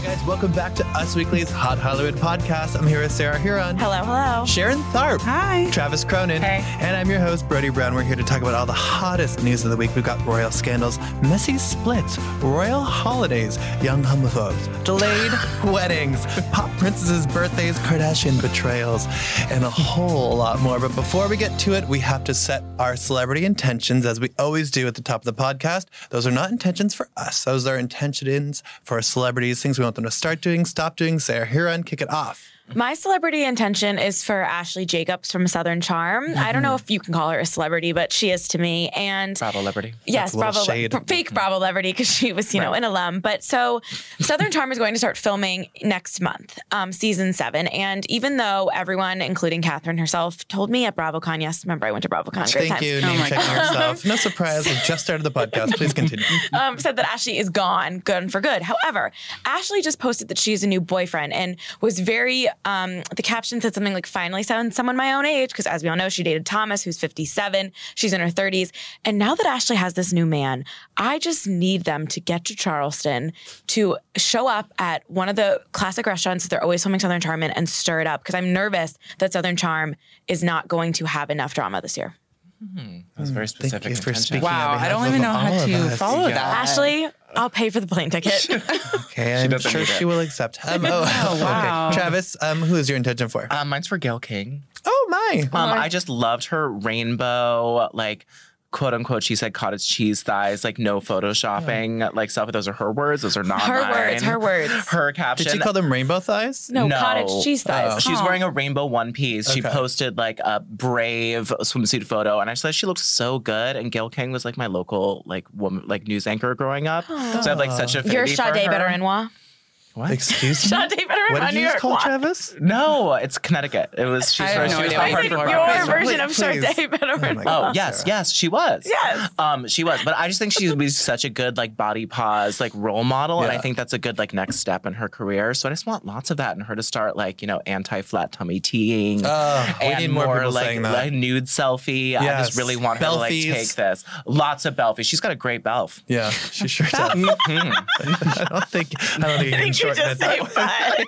guys, welcome back to Us Weekly's Hot Hollywood podcast. I'm here with Sarah Huron. Hello, hello. Sharon Tharp. Hi. Travis Cronin. Hey. And I'm your host, Brody Brown. We're here to talk about all the hottest news of the week. We've got royal scandals, messy splits, royal holidays, young homophobes, delayed weddings, pop princesses' birthdays, Kardashian betrayals, and a whole lot more. But before we get to it, we have to set our celebrity intentions as we always do at the top of the podcast. Those are not intentions for us, those are intentions for our celebrities, things we want them to start doing, stop doing, say our hero, and kick it off. My celebrity intention is for Ashley Jacobs from Southern Charm. I don't know Mm-hmm. if you can call her a celebrity, but she is to me. And Bravo Liberty. yes, That's a little Bravo, shade. pr- fake Bravo Liberty because she was, you know, an alum. But so Southern Charm is going to start filming next month, um, season seven. And even though everyone, including Catherine herself, told me at BravoCon, yes, remember I went to BravoCon. Thank great times. you. Oh Name my checking yourself. No surprise. We just started the podcast. Please continue. um, said that Ashley is gone, gone for good. However, Ashley just posted that she has a new boyfriend and was very. Um, the caption said something like, "Finally, found someone my own age," because as we all know, she dated Thomas, who's 57. She's in her 30s, and now that Ashley has this new man, I just need them to get to Charleston to show up at one of the classic restaurants that they're always filming Southern Charm in and stir it up because I'm nervous that Southern Charm is not going to have enough drama this year. That was very Mm, Thank specific. you for intention. speaking. on Wow, I behalf don't of even know all how of to us. follow Yeah. that. Ashley, I'll pay for the plane ticket. Okay, I'm doesn't sure need she it. will accept. Um, oh, okay. wow. Uh, Travis, um, who is your intention for? Um, mine's for Gail King. oh my! Um, I just loved her rainbow, like quote unquote. She said cottage cheese thighs, like no photoshopping, like stuff. Those are her words. Those are not Her mine. words, her words. Her caption. Did she call them rainbow thighs? No, No. Oh, cottage cheese thighs. She's wearing a rainbow one piece. She Okay. posted like a brave swimsuit photo, and I just thought she looked so good. And Gail King was like my local like woman, like news anchor growing up. So I have like such a. You're Sade Betarinois. What? Excuse me. Sade what Betarinois, did New you York. just call law. Travis? No, it's Connecticut. It was. She's I have from- no she was idea from I what Hartford did your Hartford. Hartford. version of Please, Sade please. Betarinois. Oh Oh God, yes, Sarah. yes, she was. Yes. um, she was. But I just think she was such a good like body pause like role model, and Yeah. I think that's a good like next step in her career. So I just want lots of that, and her to start like you know anti flat tummy teeing. Oh, we and need more people like, saying that. like, nude selfie. I Yes. just really want her to like Belfies. take this. Lots of belfies. She's got a great belf. Hmm. yeah, she sure does. I don't think I don't think you I can think you shorten just it. say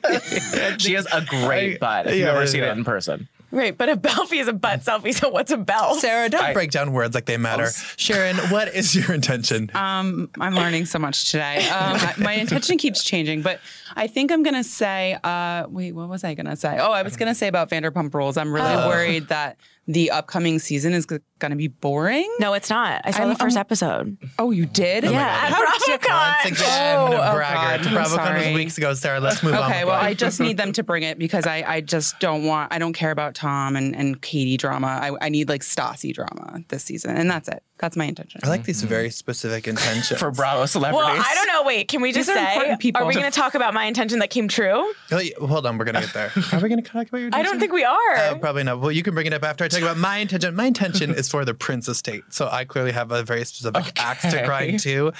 butt. She has a great I- butt. If yeah, you've ever yeah, seen yeah. it in person. right, but a belfie is a butt selfie, so what's a bell? Sarah, don't I- break down words like Oh, they matter. Sharon, what is your intention? Um, I'm learning so much today. Um, I- my intention keeps changing, but I think I'm gonna say. Uh, wait, what was I gonna say? Oh, I was gonna say about Vanderpump Rules. I'm really worried that the upcoming season is g- gonna be boring. No, it's not. I saw the I'm- 1st I'm- episode. Oh, you did? yeah, at BravoCon. Once again, Oh, oh bragger. God, I'm BravoCon was sorry. weeks ago, Sarah. Let's move on. Okay, with well, life. I just need them to bring it because I, I just don't want, I don't care about Tom and, and Katie drama. I, I need like Stassi drama this season. And that's it. That's my intention. I like these very specific intentions. For Bravo Well, celebrities. I don't know. Wait, can we just These are say, important people. are we going to talk about my intention that came true? Oh, yeah, hold on, we're gonna get there. Are we gonna talk about your? I intention? don't think we are. Uh, probably not. Well, you can bring it up after I talk about my intention. My intention is for the Prince Estate, so I clearly have a very specific axe to grind too.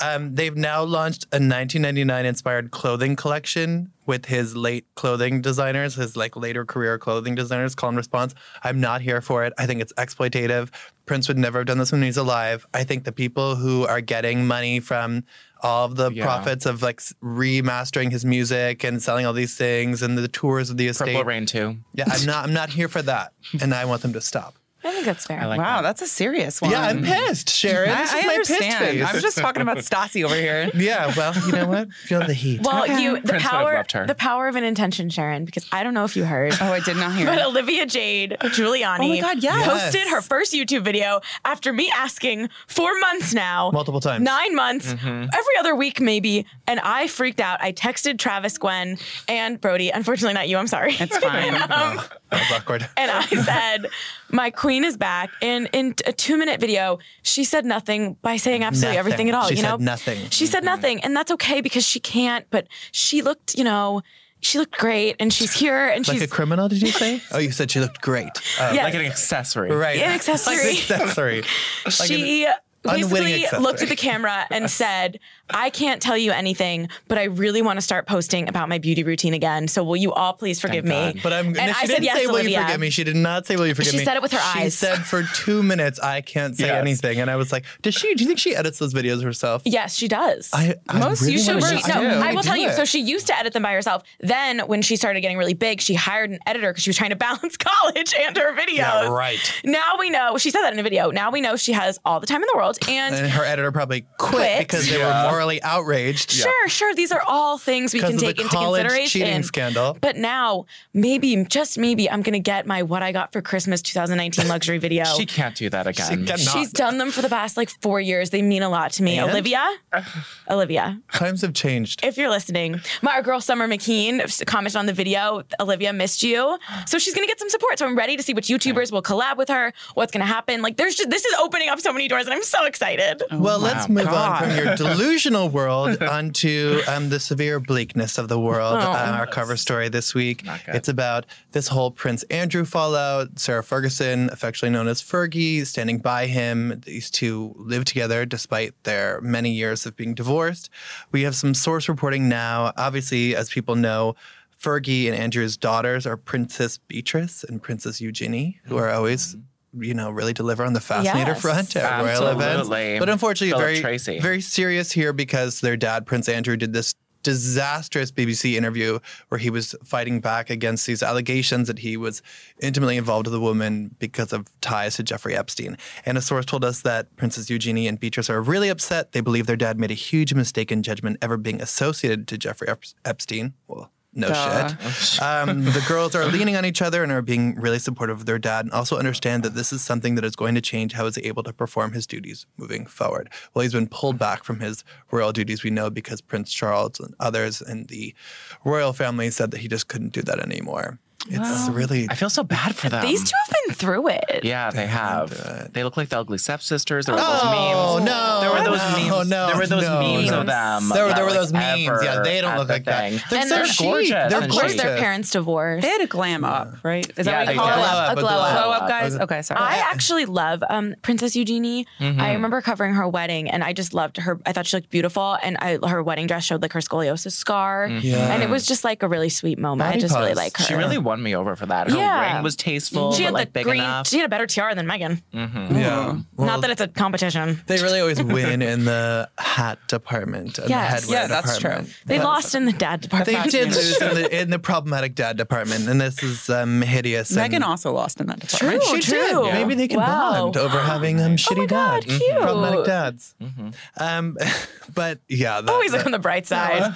Um, they've now launched a 1999 inspired clothing collection with his late clothing designers, his like later career clothing designers. Call and response. I'm not here for it. I think it's exploitative. Prince would never have done this when he's alive. I think the people who are getting money from all of the Yeah. profits of like s- remastering his music and selling all these things and the tours of the estate. Purple Rain too. Yeah, I'm not. I'm not here for that, and I want them to stop. I think that's fair. I like wow, that. that's a serious one. Yeah, I'm pissed, Sharon. I, This I is my pissed understand. face. I was just talking about Stassi over here. yeah, well, you know what? Feel the heat. well, you the Prince would have power loved her. the power of an intention, Sharon, because I don't know if you heard. Oh, I did not hear. But it. Olivia Jade Giuliani Oh my God, yes. posted Yes. her first YouTube video after me asking for months now. Multiple times. Nine months, every other week maybe. And I freaked out. I texted Travis, Gwen, and Brody. Unfortunately, not you. I'm sorry. Um, It's fine. that was awkward. and I said, "My queen is back." And in a two-minute video, she said nothing by saying absolutely Nothing. everything at all. She you said know, nothing. She said nothing, and that's okay because she can't. But she looked, you know, she looked great, and she's here, and Like she's a criminal, did you say? Oh, you said she looked great. Oh, yes. like an accessory. Right. An accessory. Like an accessory. Like she an unwitting basically accessory. looked at the camera and said, I can't tell you anything, but I really want to start posting about my beauty routine again. So will you all please forgive Thank me? God. But I'm. And no, she I said didn't yes, say, "Will you Olivia." forgive me?" She did not say, "Will you forgive She me?" said it with her she eyes. said for two minutes, "I can't say Yes. anything," and I was like, "Does she? Do you think she edits those videos herself?" Yes, she does. I, I Most really YouTubers wanna- So do. she, I no, really I wanna will tell do you. it. So she used to edit them by herself. Then, when she started getting really big, she hired an editor because she was trying to balance college and her videos. Yeah, right. Now we know. She said that in a video. Now we know she has all the time in the world. And and her editor probably quit, Quit. because they were morally outraged. sure, sure, these are all things we Because can of take the into college consideration. cheating scandal. But now, maybe, just maybe, I'm gonna get my "What I Got for Christmas 2019" luxury video. She can't do that She again. cannot. um, She's done them for the past like four years. They mean a lot to me. And? Olivia, Olivia, Times have changed. if you're listening, my our girl Summer McKean commented on the video, Olivia missed you. So she's going to get some support. So I'm ready to see which YouTubers will collab with her, what's going to happen. Like there's just, this is opening up so many doors and I'm so excited. well, my let's move God. on from your delusional world onto um, the severe bleakness of the world. Uh, our cover story this week. Oh, Not good. It's about this whole Prince Andrew fallout. Sarah Ferguson, affectionately known as Fergie, standing by him. These two live together despite their many years of being divorced. We have some source reporting now. Obviously, as people know, Fergie and Andrew's daughters are Princess Beatrice and Princess Eugenie, who Mm-hmm. are always. You know, really deliver on the fascinator Yes. front at royal events, Absolutely. but unfortunately, Philip very Tracy. very serious here because their dad, Prince Andrew, did this disastrous BBC interview where he was fighting back against these allegations that he was intimately involved with a woman because of ties to Jeffrey Epstein. And a source told us that Princess Eugenie and Beatrice are really upset. They believe their dad made a huge mistake in judgment ever being associated to Jeffrey Ep- Epstein. Well, no Duh. shit um, the girls are leaning on each other and are being really supportive of their dad and also understand that this is something that is going to change how he's able to perform his duties moving forward. Well, he's been pulled back from his royal duties, we know, because Prince Charles and others in the royal family said that he just couldn't do that anymore. It's really. I feel so bad for them. These two have been through it. Yeah, they have. They look like the ugly stepsisters. There were Oh those memes. no! There were those no, memes. No, there were those no, memes no. of them. There, that there were like those memes. ever Yeah, they don't at look the like that. thing. They're And so they're chic. gorgeous They're Of and course, gorgeous. their parents divorced. They had a glam up, right? Is Yeah, that what they you call did. it? Glow up, a a glow up. glow Glow up. up, guys. Okay, sorry. I actually love um, Princess Eugenie. Mm-hmm. I remember covering her wedding, and I just loved her. I thought she looked beautiful, and I, her wedding dress showed like her scoliosis scar, Yeah. and it was just like a really sweet moment. Mm-hmm. I Body just really pose. like her. She really won me over for that. Her Yeah. ring was tasteful, She but had like the big green. enough. She had a better tiara than Megan. Yeah. Mm-hmm. Well, Not that it's a competition. They really always win in the hat department and Yes. the headwear Yeah, that's true. department. They lost in the dad They department. did lose in the, in the problematic dad department, and this is um, hideous. and- Megan also lost in that department. True. She did. too. Maybe they can Wow. Oh bond over having um, shitty God, dad, cute. problematic dads. Mm-hmm. Um, but yeah, that, Always look that- on the bright side.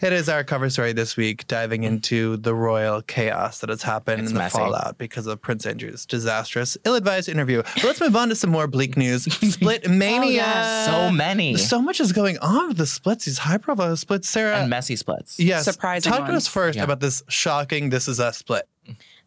it is our cover story this week, diving into the royal chaos that has happened and the messy. fallout because of Prince Andrew's disastrous, ill-advised interview. But let's move on to some more bleak news. Split Oh, mania. Uh, so uh, many. So much is going on with the splits, these high profile splits. Sarah, and messy splits. yes. Surprising Talk to us ones. first Yeah. about this shocking This Is Us split.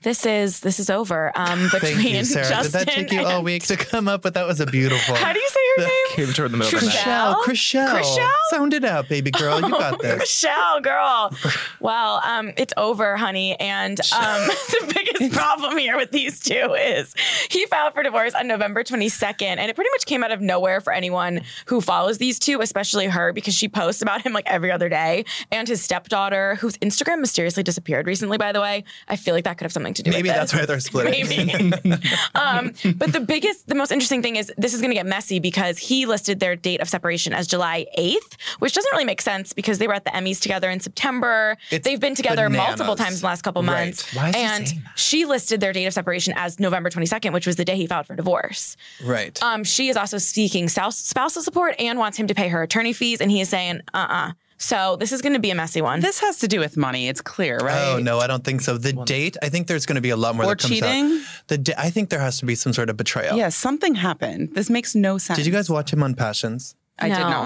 This is this is over. Um, between Thank you, Sarah. Justin. Did that take you all and- week to come up with? That was a beautiful. How do you say her name? Came to her in the middle of the Trishelle. night. Chriselle, Chriselle. Chriselle? Sound it out, baby girl. You Oh, got this. Michelle, girl. Well, um, it's over, honey. And um, the biggest problem here with these two is he filed for divorce on November 22nd, and it pretty much came out of nowhere for anyone who follows these two, especially her, because she posts about him like every other day, and his stepdaughter, whose Instagram mysteriously disappeared recently. By the way, I feel like that could have something to do. Maybe with that's this. why they're splitting. Maybe. um, but the biggest, the most interesting thing is this is going to get messy because he listed their date of separation as July 8th, which doesn't really make sense because they were at the Emmys together in September. It's They've been together bananas. multiple times in the last couple Right. months. Why is he and saying that? she listed their date of separation as November 22nd, which was the day he filed for divorce. Right. Um, she is also seeking spouse- spousal support and wants him to pay her attorney fees, and he is saying, uh uh So this is going to be a messy one. This has to do with money. It's clear, right? Oh no, I don't think so. The date, I think there's going to be a lot more Or that comes cheating? out. The da- I think there has to be some sort of betrayal. Yeah, something happened. This makes no sense. Did you guys watch him on Passions? I did No.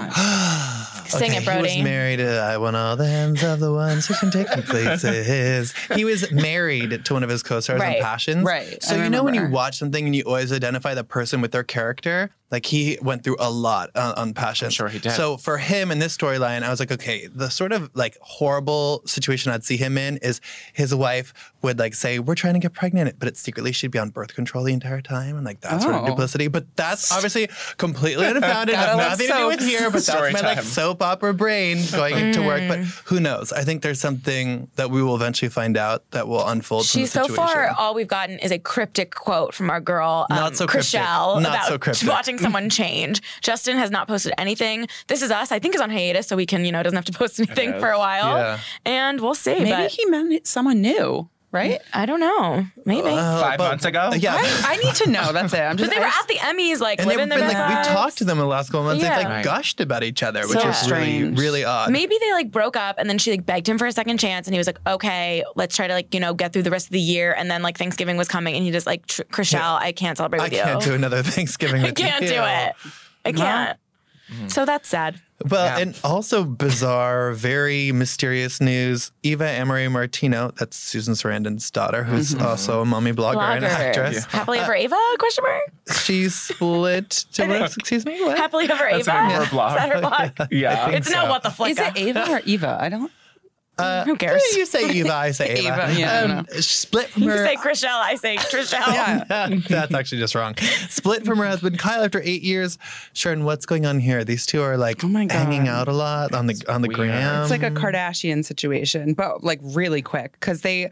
not. Sing it, Brody. He was married. To, I want all the hands of the ones who can take me places. He was married to one of his co-stars on Right. Passions. Right. So I you know when you remember. watch something and you always identify the person with their character. Like he went through a lot on, on Passion. sure he did. So for him in this storyline, I was like, okay, the sort of like horrible situation I'd see him in is his wife would like say, "We're trying to get pregnant," but it's secretly she'd be on birth control the entire time, and like that sort of Oh. duplicity. But that's obviously completely unfounded. Gotta has love nothing to do with soaps. here. But that's Story my like time. soap opera brain going to work. But Mm. who knows? I think there's something that we will eventually find out that will unfold. from the She's so far. situation. Uh, All we've gotten is a cryptic quote from our girl, um, Not so cryptic. Chrishell, Not about so cryptic. watching someone change. Justin has not posted anything. This is us. I think is on hiatus, so we can you know doesn't have to post anything is. for a while. Yeah. And we'll see. Maybe but he meant it- someone new, right? I don't know. Maybe. Uh, Five but- months ago? Yeah. I, I need to know. That's it. I'm just. but they were at the Emmys, like And they've living been their best like we lives. talked to them in the last couple months. Yeah. They've like Right. gushed about each other, which So is really, strange. really odd. Maybe they like broke up and then she like begged him for a second chance and he was like, okay, let's try to like, you know, get through the rest of the year. And then like Thanksgiving was coming and he just like, "Tr- Chrishell, I can't celebrate I with you. can't do another Thanksgiving. I can't do it. I can't. Mm-hmm. So that's sad. Well, Yeah. and also bizarre, very mysterious news. Eva Emery Martino, that's Susan Sarandon's daughter, who's Mm-hmm. also a mommy blogger, and Bloggers. actress. Happily ever Ava? Question mark. She split to what? Excuse me? What? Happily ever Ava. That's her blog. Is that her blog? Yeah. think It's not so. what the fuck. Is it Ava or Eva? I don't. Who cares? Uh, You say Eva, I say Ava. Eva, yeah, I don't she split from You her say Chrishell, I say Trishelle. Yeah. That's actually just wrong. Split from her husband Kyle after eight years. Sharon, what's going on here? These two are like Oh my hanging God. out a lot on the on the weird. gram. It's like a Kardashian situation, but like really quick because they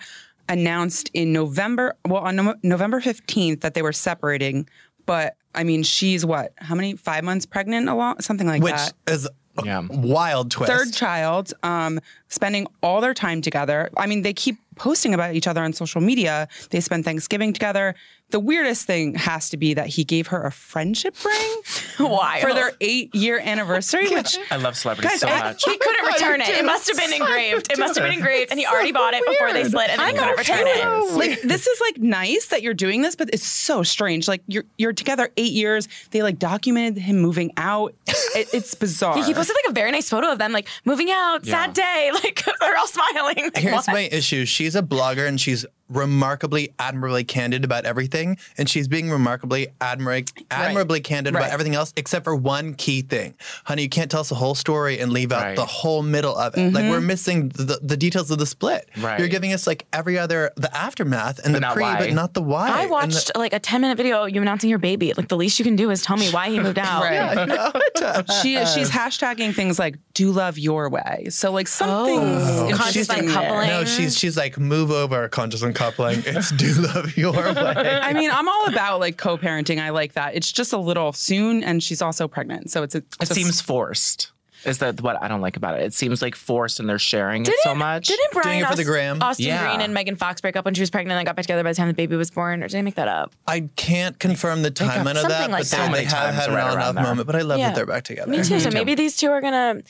announced in November, well, on Nov November 15th that they were separating. But I mean, she's what, how many, five months pregnant, a lot, something like which that. is a Yeah. wild twist. Third child, um, spending all their time together. I mean, they keep posting about each other on social media. They spend Thanksgiving together. The weirdest thing has to be that he gave her a friendship ring Wild. for their eight year anniversary, which I love celebrities so I- much. He couldn't return it. It must have been engraved. It must have been engraved, and he already bought it before they split, and then he couldn't return it. like this is like nice that you're doing this, but it's so strange. Like you're you're together eight years. They like documented him moving out. It, it's bizarre. He posted like a very nice photo of them, like moving out, sad day. Like they're all smiling. Like, Here's what? my issue. She's a blogger and she's remarkably, admirably candid about everything. And she's being remarkably, admir- admirably candid about Right. everything else except for one key thing. Honey, you can't tell us the whole story and leave out Right. the whole middle of it. Like, Mm-hmm. we're missing the, the details of the split. Right. You're giving us like every other, the aftermath and the not pre, why. but not the why. I And the- watched like a 10 minute video of you announcing your baby. Like the least you can do is tell me why he moved out. Right. I know. she she's hashtagging things like "do love your way." So like something's Oh. interesting Conscious there. uncoupling. no, she's she's like move over conscious uncoupling. It's do love your way. I mean, I'm all about like co-parenting. I like that. It's just a little soon, and she's also pregnant, so it's a, It seems forced. Is that what I don't like about it? It seems like forced and they're sharing it so much. Didn't Brian it for the Aust- gram. Austin Yeah. Green and Megan Fox break up when she was pregnant and they got back together by the time the baby was born? Or did I make that up? I can't confirm the timeline of something that, like but they- that. So they many have times had an right on around off there. moment. But I love Yeah. that they're back together. Me too. So maybe these two are gonna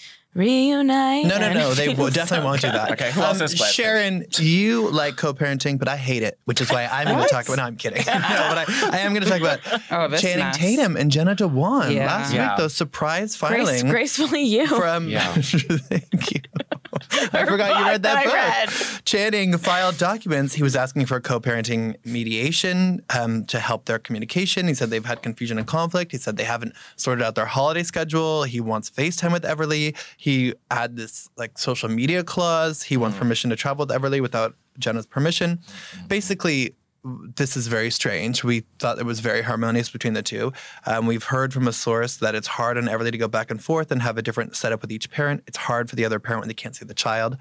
reunite. Mm-hmm. No, no, and no. They feel will, definitely so won't do that. Okay, who else is split? Sharon, you like co-parenting, but I hate it, which is why I'm going to talk about. No, I'm kidding. no, but I, I am going to talk about Oh, this Channing mess. Tatum and Jenna DeWan Yeah. last Yeah. week. Those surprise Grace- filing gracefully you. from. Yeah. Thank you. I forgot you read that That book. I Channing filed documents. He was asking for co-parenting mediation um, to help their communication. He said they've had confusion and conflict. He said they haven't sorted out their holiday schedule. He wants FaceTime with Everly. He had this like social media clause. He wants permission to travel with Everly without Jenna's permission. Basically. This is very strange. We thought it was very harmonious between the two. Um, we've heard from a source that it's hard on Everly to go back and forth and have a different setup with each parent. It's hard for the other parent when they can't see the child.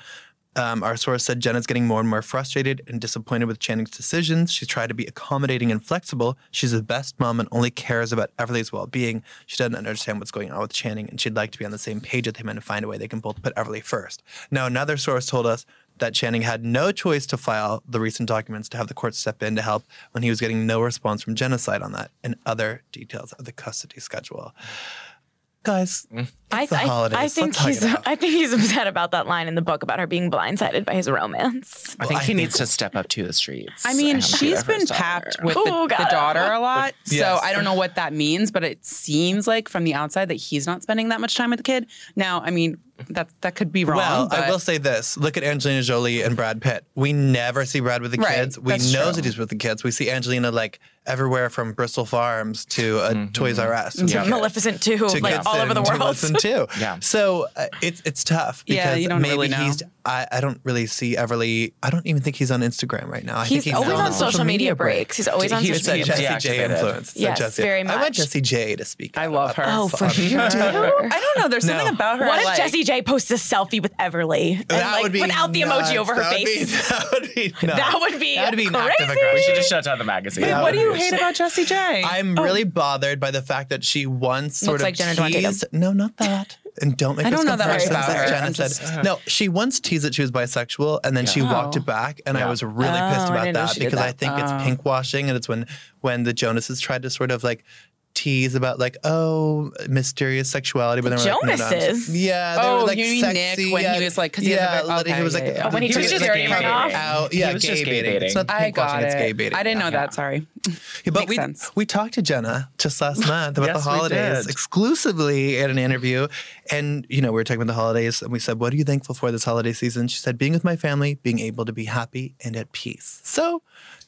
Um, our source said Jenna's getting more and more frustrated and disappointed with Channing's decisions. She's tried to be accommodating and flexible. She's the best mom and only cares about Everly's well being. She doesn't understand what's going on with Channing, and she'd like to be on the same page with him and find a way they can both put Everly first. Now, another source told us that Channing had no choice to file the recent documents to have the court step in to help when he was getting no response from genocide on that and other details of the custody schedule. Guys, I, the I- holidays. I Let's think hug it he's out. I think he's upset about that line in the book about her being blindsided by his romance. I think I he needs to step up to the streets. I mean, and be she's there for been his daughter. papped with Ooh, the, the got it. daughter a lot. Yes. So I don't know what that means, but it seems like from the outside that he's not spending that much time with the kid. Now, I mean, that that could be wrong. Well, I but- will say this: look at Angelina Jolie and Brad Pitt. We never see Brad with the Right, kids. We that's know true. that he's with the kids. We see Angelina like everywhere from Bristol Farms to a Toys R Us. Yeah. To Maleficent too, kids like all over the and to world. Woodson too. Yeah. So uh, it's it's tough because Yeah, you don't maybe really know. he's. I, I don't really see Everly. I don't even think he's on Instagram right now. I He's, think always on on social media breaks. He's always on He social said It's media a breaks. Jack- Jesse J deactivated. influence. It's a Yes, Jesse- very I want much. Jesse J to speak. I out love about her. Oh, for Um, sure. I don't know. There's something No. about her. What if like, Jessie J posts a selfie with Everly and, That like, would be without the emoji nuts. over her that would face? Be, that would be nuts. That would be That'd be an act of crazy. aggression. We should just shut down the magazine. Wait, What do you hate about Jessie J? I'm really bothered by the fact that she once sort Looks of like Jenna Duarte does. teased. No, not that. And don't make I this don't know that much comparison about that her. Jenna I'm said. just- no, she once teased that she was bisexual, and then she walked Oh. it back, and I Yeah. was really Oh, I pissed about didn't know that she did because I that. think it's Oh. pink washing, and it's when when the Jonases tried to sort of like tease about like oh mysterious sexuality, but then we're like, no, no, I'm- Jonases? yeah, they Oh, were like you mean Nick sexy when he and- was, like, 'cause he has a yeah, big- like, he okay, was like yeah, yeah. Oh, when he He was took just his gay earring baiting. off. out. He Yeah, was gay just gay baiting. It's baiting. not I pink washing, got it's it. gay baiting. I didn't know Yeah. that. Sorry. Yeah, but Makes we sense. we talked to Jenna just last month about Yes, the we holidays did. exclusively at an interview, and you know we were talking about the holidays, and we said, "What are you thankful for this holiday season?" She said, "Being with my family, being able to be happy and at peace." So,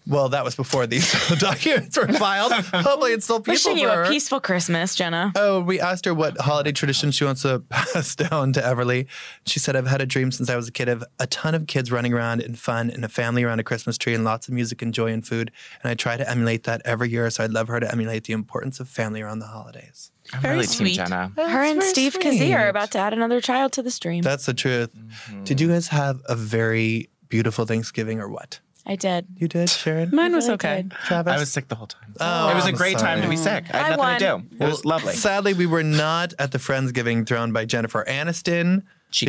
well, that was before these documents were filed. Hopefully, it's still people Wishing you for a her. peaceful Christmas, Jenna. Oh, we asked her what holiday tradition she wants to pass down to Everly. She said, I've had a dream since I was a kid of a ton of kids running around and fun and a family around a Christmas tree and lots of music and joy and food. And I try to emulate that every year. So I'd love her to emulate the importance of family around the holidays. I'm Very really sweet. team Jenna. Her and Steve Kazee are about to add another child to the stream. That's the truth. Mm-hmm. Did you guys have a very beautiful Thanksgiving or what? I did. You did, Sharon? Mine was really okay. did. Travis? I was sick the whole time. Oh, it was a I'm great time to be sorry. sick. I had I nothing won. to do. It was lovely. Sadly, we were not at the Friendsgiving thrown by Jennifer Aniston.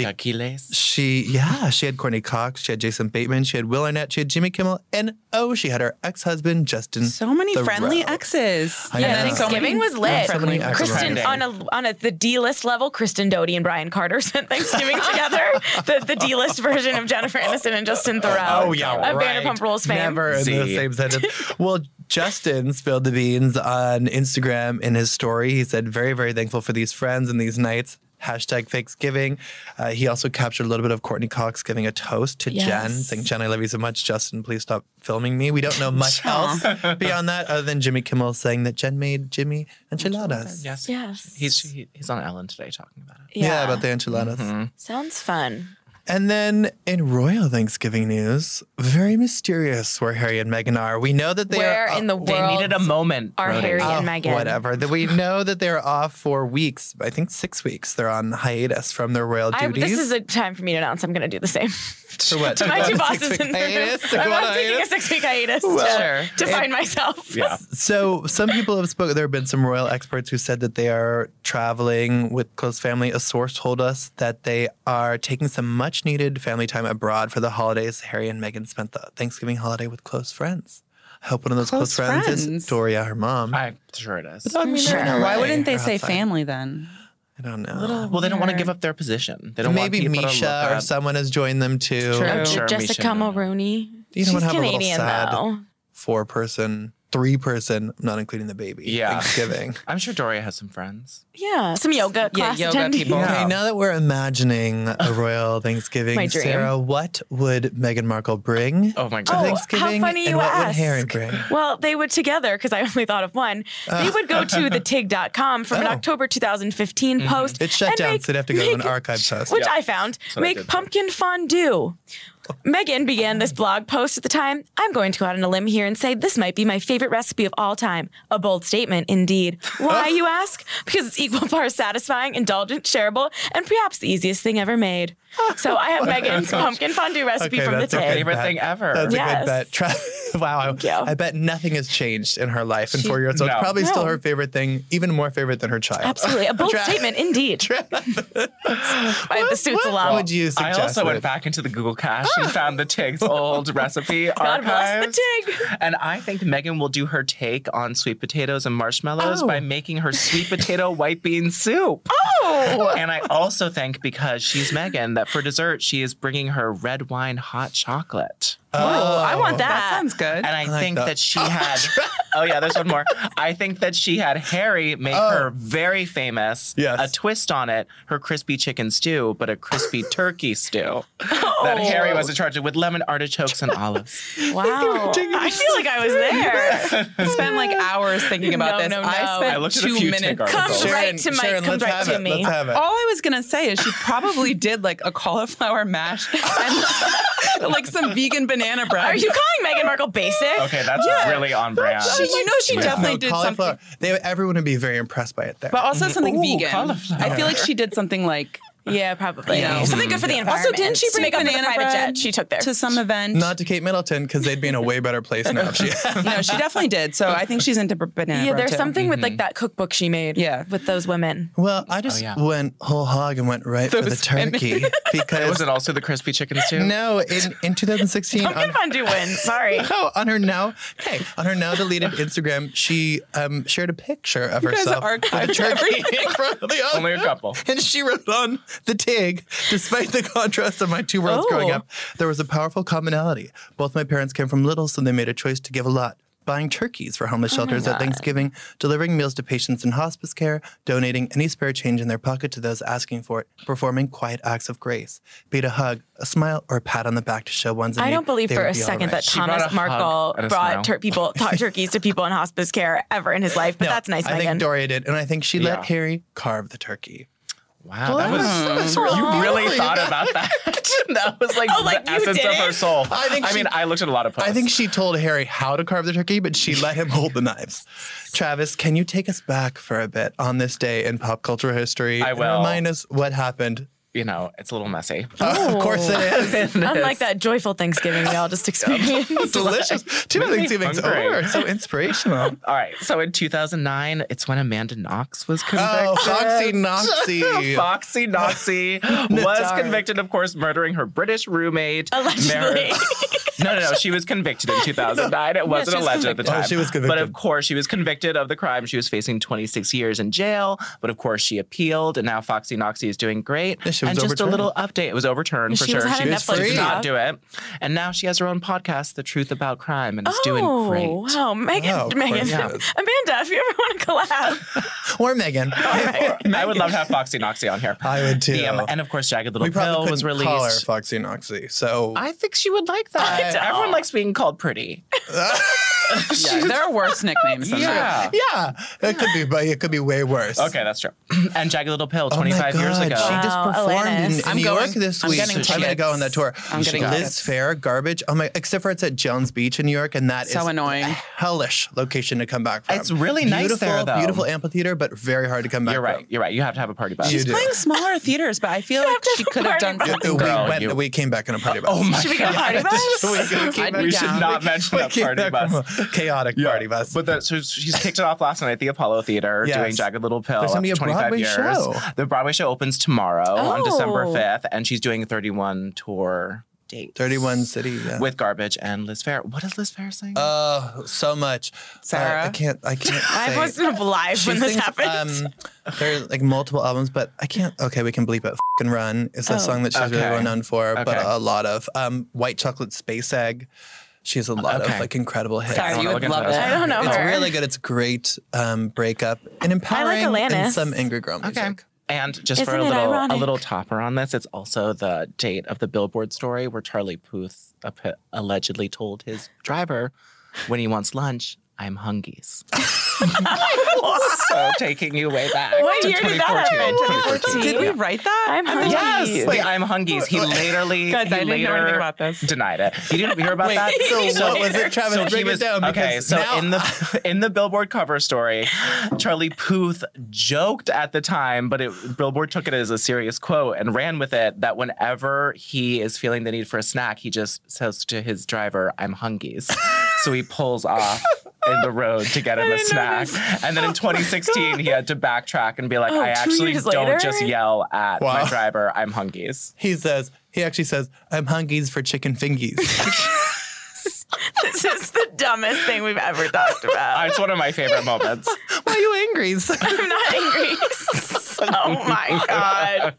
Chicaquiles. She, yeah, she had Courtney Cox, she had Jason Bateman, she had Will Arnett, she had Jimmy Kimmel, and oh, she had her ex-husband Justin. So many Theroux. friendly exes. I know. so many- Thanksgiving was lit. so many Kristen exes. on a on a the D list level, Kristen Doty and Brian Carter spent Thanksgiving together. The the D list version of Jennifer Aniston and Justin Thoreau. Oh yeah, of right. Vanderpump Rules fame. Never in the See. same sentence. well, Justin spilled the beans on Instagram in his story. He said, "Very, very thankful for these friends and these nights." Hashtag Thanksgiving. Uh, he also captured a little bit of Courtney Cox giving a toast to Yes. Jen, saying, "Jen, I love you so much. Justin, please stop filming me." We don't know much else beyond that, other than Jimmy Kimmel saying that Jen made Jimmy enchiladas. Yes. Yes. He's he, he's on Ellen today talking about it. Yeah, about the enchiladas. Sounds fun. And then in royal Thanksgiving news, very mysterious where Harry and Meghan are. We know that they Where are in the world They needed a moment. are Brody. Harry Oh, and Meghan? Whatever. That we know that they're off for weeks. I think six weeks. They're on hiatus from their royal I, duties. this is a time for me to announce I'm going to do the same. for what? To My go two on a bosses six-week in the room. hiatus? To I'm go on not a taking a hiatus? six week hiatus Sure. to, to find myself. Yeah. So some people have spoken. There have been some royal experts who said that they are traveling with close family. A source told us that they are taking some much needed family time abroad for the holidays. Harry and Meghan spent the Thanksgiving holiday with close friends. I hope one of those close, Close friends, is friends? Doria, her mom. I'm sure it is. I mean, they're in Sure. LA Why wouldn't they or say outside. family then? I don't know. Well, they don't want to give up their position. They don't Maybe want people to Misha look or up. someone has joined them too. True. Oh, Oh, sure, Jessica Misha. Mulrooney. You don't She's wanna have a little Canadian sad- though. Four person, three person, I'm not including the baby. Yeah. Thanksgiving. I'm sure Doria has some friends. Yeah, some yoga Yeah, class yoga attendees. people. Yeah. Okay, now that we're imagining a royal Thanksgiving, My dream. Sarah, what would Meghan Markle bring? Oh my to god. Oh, Thanksgiving, how funny and you what ask. would Harry bring? Well, they would together because I only thought of one. They would go to the tig.com from an Oh. October 2015 Mm-hmm. post. It's shut and down, make- so they'd have to go to an make- archive post. Which Yeah. I found. what I make did. pumpkin fondue. Megan began this blog post at the time. I'm going to go out on a limb here and say this might be my favorite recipe of all time. A bold statement, indeed. Why, you ask? Because it's equal parts satisfying, indulgent, shareable, and perhaps the easiest thing ever made. So I have Megan's pumpkin fondue recipe Okay, from the that's okay. Tig. Favorite That- thing ever. That's a Yes. good bet. Tra- wow. you. I bet nothing has changed in her life in four years. So it's No. probably still No. her favorite thing, even more favorite than her child. Absolutely. A bold Tra- statement, indeed. By the suits what alone. would you suggest? I also would- went back into the Google cache and found the Tig's old recipe God bless the archives. Tig. And I think Megan will do her take on sweet potatoes and marshmallows Oh. by making her sweet potato white bean soup. Oh! And I also think because she's Megan that for dessert she is bringing her red wine hot chocolate. Oh, I want That that. sounds good. And I, like think that. that, she had. oh yeah, there's one more. I think that she had Harry make her very famous. Yes. A twist on it, her crispy chicken stew, but a crispy turkey stew that Harry was in charge of with lemon artichokes and olives. wow. I feel like I was there. spend like hours thinking No, about this. no, no. I spent I looked at a two few minutes. tick articles. Comes Sharon, right to my- Sharon, comes let's right have to it. me. Let's have it. All I was gonna say is she probably did like a cauliflower mash and like some vegan banana bread. Are you calling Meghan Markle basic? Okay, that's really on brand. She- you know, she There's definitely no did cauliflower. something, They, everyone would be very impressed by it there. but also something Mm-hmm. Ooh, vegan. cauliflower. I feel like she did something like. Yeah, probably. Yeah. Something good for the environment. Also, didn't she To bring make up for the banana private bread jet she took there? to some event? Not to Kate Middleton because they'd be in a way better place now if she had. no, she definitely did. So I think she's into b- banana yeah, bread there's too. something with like that cookbook she made. Yeah. with those women. Well, I just Oh, yeah. went whole hog and went right for the Those women. turkey because Was it also the crispy chicken stew? no, in, in 2016 Pumpkin on, fondue wins. Sorry. no, on her now hey on her now deleted Instagram, she um, shared a picture of guys herself with a archived turkey everything. in front of the oven. Only a couple. And she wrote on the TIG, despite the contrast of my two worlds growing Oh. up, there was a powerful commonality. Both my parents came from little, so they made a choice to give a lot. Buying turkeys for Oh homeless shelters at Thanksgiving, delivering meals to patients in hospice care, donating any spare change in their pocket to those asking for it, performing quiet acts of grace, be it a hug, a smile, or a pat on the back to show one's. in I need, don't believe they for would a be all second right. that She Thomas brought a hug Markle and a smile. brought tur- people t- turkeys to people in hospice care ever in his life, but No, that's nice, I Megan. think Doria did, and I think she let Yeah. Harry carve the turkey. Wow, that was really you really beautiful. thought about that. that was like, Oh, like the you essence did of it? her soul. I think I she- mean, I looked at a lot of posts. I think she told Harry how to carve the turkey, but she let him hold the knives. Travis, can you take us back for a bit on this day in pop culture history? I and will. remind us what happened. you know, it's a little messy. Oh, of course it is. Unlike that joyful Thanksgiving we all just experienced. Delicious. Too bad Made me Thanksgiving's hungry. over. So inspirational. All right. So in 2009, it's when Amanda Knox was convicted. Oh, Foxy Noxy. Foxy Noxy was convicted, of course, murdering her British roommate. Allegedly. Mary- no, no, no. She was convicted in 2009. It wasn't she was alleged at the convicted. Oh, time. she was But convicted. of course, she was convicted of the crime. She was facing 26 years in jail. But of course, she appealed, and now Foxy Noxy is doing great. Yeah, she was and just a overturned. little update. It was overturned for She sure. was had she a was Netflix free. did job. not do it. And now she has her own podcast, The Truth About Crime, and is doing oh, great. wow. Megan, Wow, of Megan, course it Amanda, is. if you ever want to collab. Or Megan. I would love to have Foxy Noxy on here. I would too. DM. and of course, Jagged Little we Pill probably was couldn't released. call her Foxy Noxy. So I think she would like that. don't. Everyone likes being called pretty. Yeah, there are worse nicknames than that. yeah, it could be, but it could be way worse. Okay, that's true. And Jagged Little Pill, Oh my 25 years God, ago. She just Wow, performed in, Alanis. in I'm New going- York this I'm week. getting I'm gonna tickets. go on that tour. I'm getting Liz tickets. Fair, garbage. Oh my! Except for it's at Jones Beach in New York, and that is So annoying. A hellish location to come back from. It's really nice beautiful, there, though. Beautiful amphitheater, but very hard to come back. You're from. right. You're right. You have to have a party bus. You do. Playing smaller theaters, but I feel like have to she could have party done bus. Yeah, something. we Girl, went. you- We came back in a party bus. Oh my Should we go god. party bus? came I'd we be should down. not mention We that came party back bus. from a chaotic party bus. But that, so she's kicked it off last night at the Apollo Theater Yes. doing Jagged Little Pill. There's gonna after be a 25 Broadway years. show. The Broadway show opens tomorrow on Oh. December 5th, and she's doing a 31 tour date. 31 City. Yeah. with Garbage and Liz Fair. What is Liz Fair saying? Uh, oh, so much. Uh, Sarah? I can't. I can't. I say- wasn't up live She when this sings, happened. Um, there are like multiple albums, but I can't. Okay, we can bleep it. F***ing Run is a Oh. song that she's really Okay. well known for, but Okay. a lot of um, White Chocolate Space Egg. She has a lot Okay. of like incredible hits. Sorry, wanna you look would into love this. it. I don't know It's her. really good. It's a great um, breakup and empowering, and Alanis. some Angry Girl music. And just for Isn't a it little a ironic? little topper on this, it's also the date of the Billboard story where Charlie Puth ap- allegedly told his driver when he wants lunch, "I'm hungies." so taking you way back. What to year did that 2014. happen? 2014. Did we write that? I'm I mean, hungry. Yes, the I'm hungies. He laterally Guys, he I didn't know later anything about this. Denied it. You didn't hear about Wait, that. so what was it, Travis? he Break it down, Okay, because so now- in the in the Billboard cover story, Charlie Puth joked at the time, but it, Billboard took it as a serious quote and ran with it. That whenever he is feeling the need for a snack, he just says to his driver, "I'm hungies," so he pulls off. In the road to get him a snack, and Oh then in 2016 he had to backtrack and be like, Oh, "I two actually years don't later? just yell at Wow. my driver. I'm hungies." He says he actually says, "I'm hungies for chicken fingies." This is the dumbest thing we've ever talked about. Uh, It's one of my favorite moments. Why are you angry? I'm not angry. oh my god.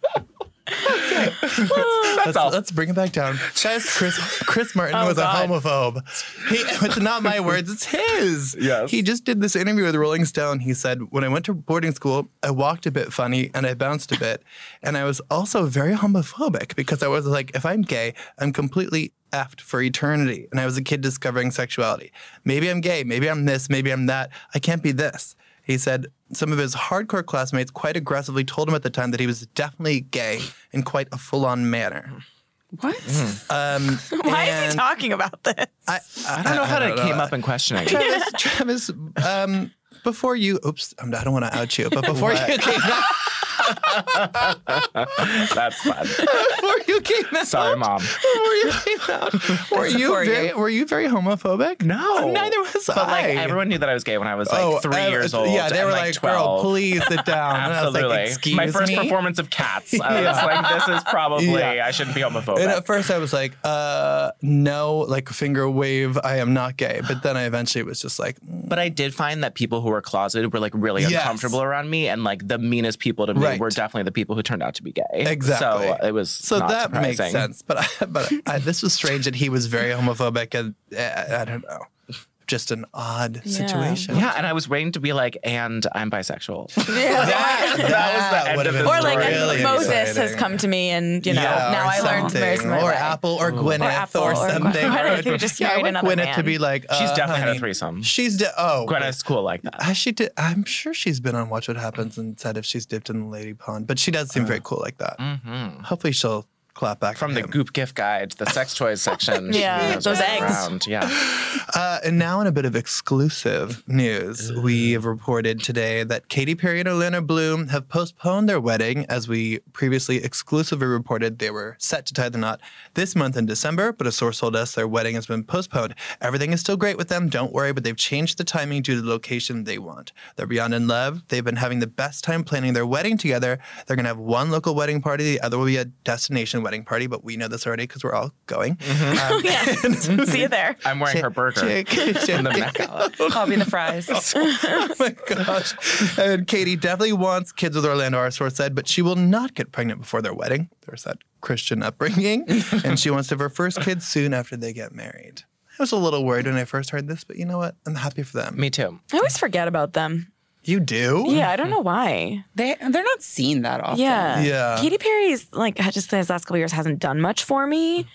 let's, all. let's bring it back down. Guys, Chris Chris Martin Oh, was God. a homophobe. He, it's not my words, it's his. Yes. He just did this interview with Rolling Stone. He said, When I went to boarding school, I walked a bit funny and I bounced a bit. And I was also very homophobic because I was like, if I'm gay, I'm completely effed for eternity. And I was a kid discovering sexuality. Maybe I'm gay, maybe I'm this, maybe I'm that. I can't be this. He said some of his hardcore classmates quite aggressively told him at the time that he was definitely gay in quite a full on manner. What? Um, Why is he and talking about this? I, I don't know how that came up in questioning. Travis, Travis, um, before you, oops, I'm- I don't want to out you, but before you came out, That's fun. before you came out, Sorry, mom. before you came out, were you support you. very, were you very homophobic? Uh, No. neither was But like I. everyone knew that I was gay when I was like Oh, three I- years old. Yeah, they and, were like, like, "Girl, 12. please sit down." And I Absolutely. was like, "Excuse My first me?" performance of Cats. I was Yeah. like, this is probably Yeah. I shouldn't be homophobic. And at first, I was like, uh, "No," like finger wave. I am not gay. But then I eventually was just like, But I did find that people who were closeted were like really Yes. uncomfortable around me, and like the meanest people to me Right. were definitely the people who turned out to be gay. Exactly. So it was So not that surprising. makes sense. But I, but I, this was strange that he was very homophobic, and uh, I don't know, just an odd situation. Yeah, and I was waiting to be like, and I'm bisexual. That, was the end would've of been it. Or like Really Moses has exciting. come to me, and you know Yeah, now or I learned to marry something. my or way. Apple or Gwyneth Apple or, or something. Gwyneth. Or- I think just yeah, I want married another Gwyneth to man. be like, She's uh, definitely had a honey, threesome. She's de- oh, Gwyneth's cool like that. Has she did. I'm sure she's been on Watch What Happens and said if she's dipped in the lady pond, but she does seem very cool like that. Hopefully, she'll clap back Uh. Mm. From at the him. goop gift guide, the sex toys section. she Yeah, knows those what's eggs. around. Yeah. Uh, and now, in a bit of exclusive news, we have reported today that Katy Perry and Orlando Bloom have postponed their wedding, as we previously exclusively reported they were set to tie the knot this month in December. But a source told us their wedding has been postponed. Everything is still great with them, don't worry, but they've changed the timing due to the location they want. They're beyond in love. They've been having the best time planning their wedding together. They're going to have one local wedding party, the other will be a destination wedding party, but we know this already because we're all going. Mm-hmm. Um, Yeah. See you there. I'm wearing her burger. check- check- From the Met Gala. I'll be the fries. oh my gosh. And Katie definitely wants kids with Orlando, our source said, but she will not get pregnant before their wedding. There's that Christian upbringing. and she wants to have her first kid soon after they get married. I was a little worried when I first heard this, but you know what? I'm happy for them. Me too. I always forget about them. You do? Yeah, I don't know why. They they're not seen that often. Yeah. Yeah. Katy Perry's like I just these last couple years hasn't done much for me.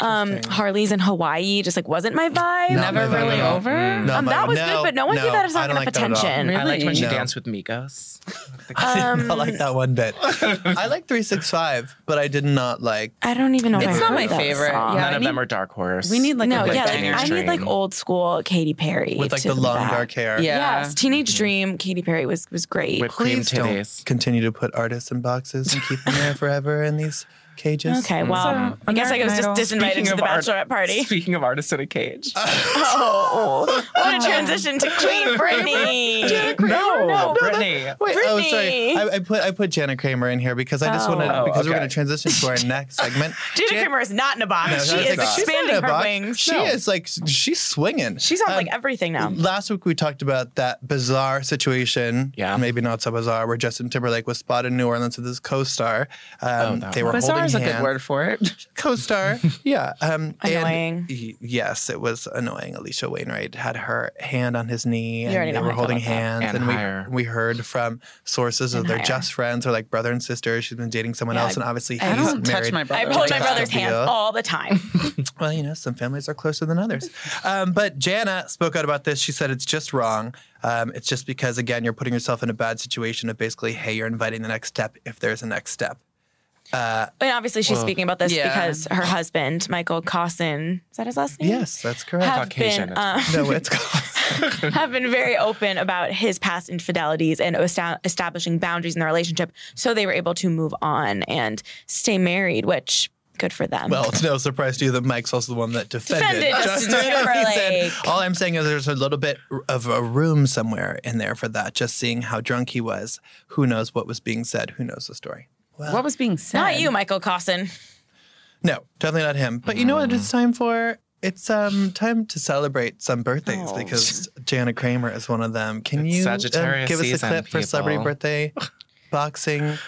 Um, Harley's in Hawaii just like wasn't my vibe. Not Never my really vibe. over. No, Um, my- that was good, but no one gave that a I sign don't of like that at all. attention. Mm. I liked when she No. danced with Migos. I don't like that one bit. I like 365, but I did not like. I don't even know. if It's I not heard my that favorite. song. Yeah, None I of need- them are dark horse. We need like no, a yeah, like, banger. banger's I need like dream. old school Katy Perry With like to the long back. dark hair. Yeah. Yes, Teenage Dream Katy Perry was was great. whipped cream Please titties. don't continue to put artists in boxes and keep them there forever in these cages. Okay, well, So, Mm. Um, I guess I was American just Idol. disinvited to the art- bachelorette party. Speaking of artists in a cage. Oh, what a transition to Queen Brittany. no, no, Brittany. Wait, oh, sorry. Brittany. I, I put I put Janet Kramer in here because I just want to Oh. Oh, because we're okay. going to transition to our next segment. Gina Jan- Kramer is not in a No, box. I she was is like, she's not in expanding a her box. wings. She No. is like she's swinging. She's on like Um, everything now. Last week we talked about that bizarre situation. Yeah. Maybe not so bizarre, where Justin Timberlake was spotted in New Orleans with his co-star. Oh, Um, that they were Bizarre holding is a good hands. word for it. co-star. yeah. Um, and Annoying. y- yes, it was annoying. Alicia Wainwright had her hand on his knee, already and they know were how I feel holding about that. hands. And And, higher. we we heard from sources of And they're higher. just friends or like brother and sister. She's been dating someone Yeah, else, I- and obviously I he's don't touch married. my brother. I to hold my uh, Jessica brother's hand Biel. all the time. Well, you know, some families are closer than others. Um, but Jana spoke out about this. She said it's just wrong. Um, it's just because, again, you're putting yourself in a bad situation of basically, hey, you're inviting the next step if there's a next step. And obviously, she's speaking about this Yeah. because her husband, Michael Costin, is that his last name? Yes, that's correct. Have Caucasian, been, it's um, no, it's called. have been very open about his past infidelities and esta- establishing boundaries in their relationship. So they were able to move on and stay married, which good for them. Well, it's no surprise to you that Mike's also the one that defended, Defended Justin He said, Timberlake. all I'm saying is there's a little bit of a room somewhere in there for that. Just seeing how drunk he was, who knows what was being said, who knows the story. What was being said? not you, Michael Costin. No, definitely not him. But you know what Mm. it's time for? It's um time to celebrate some birthdays Oh. because Jana Kramer is one of them. Can It's you um, Sagittarius give us a season, clip for celebrity people. birthday? Boxing,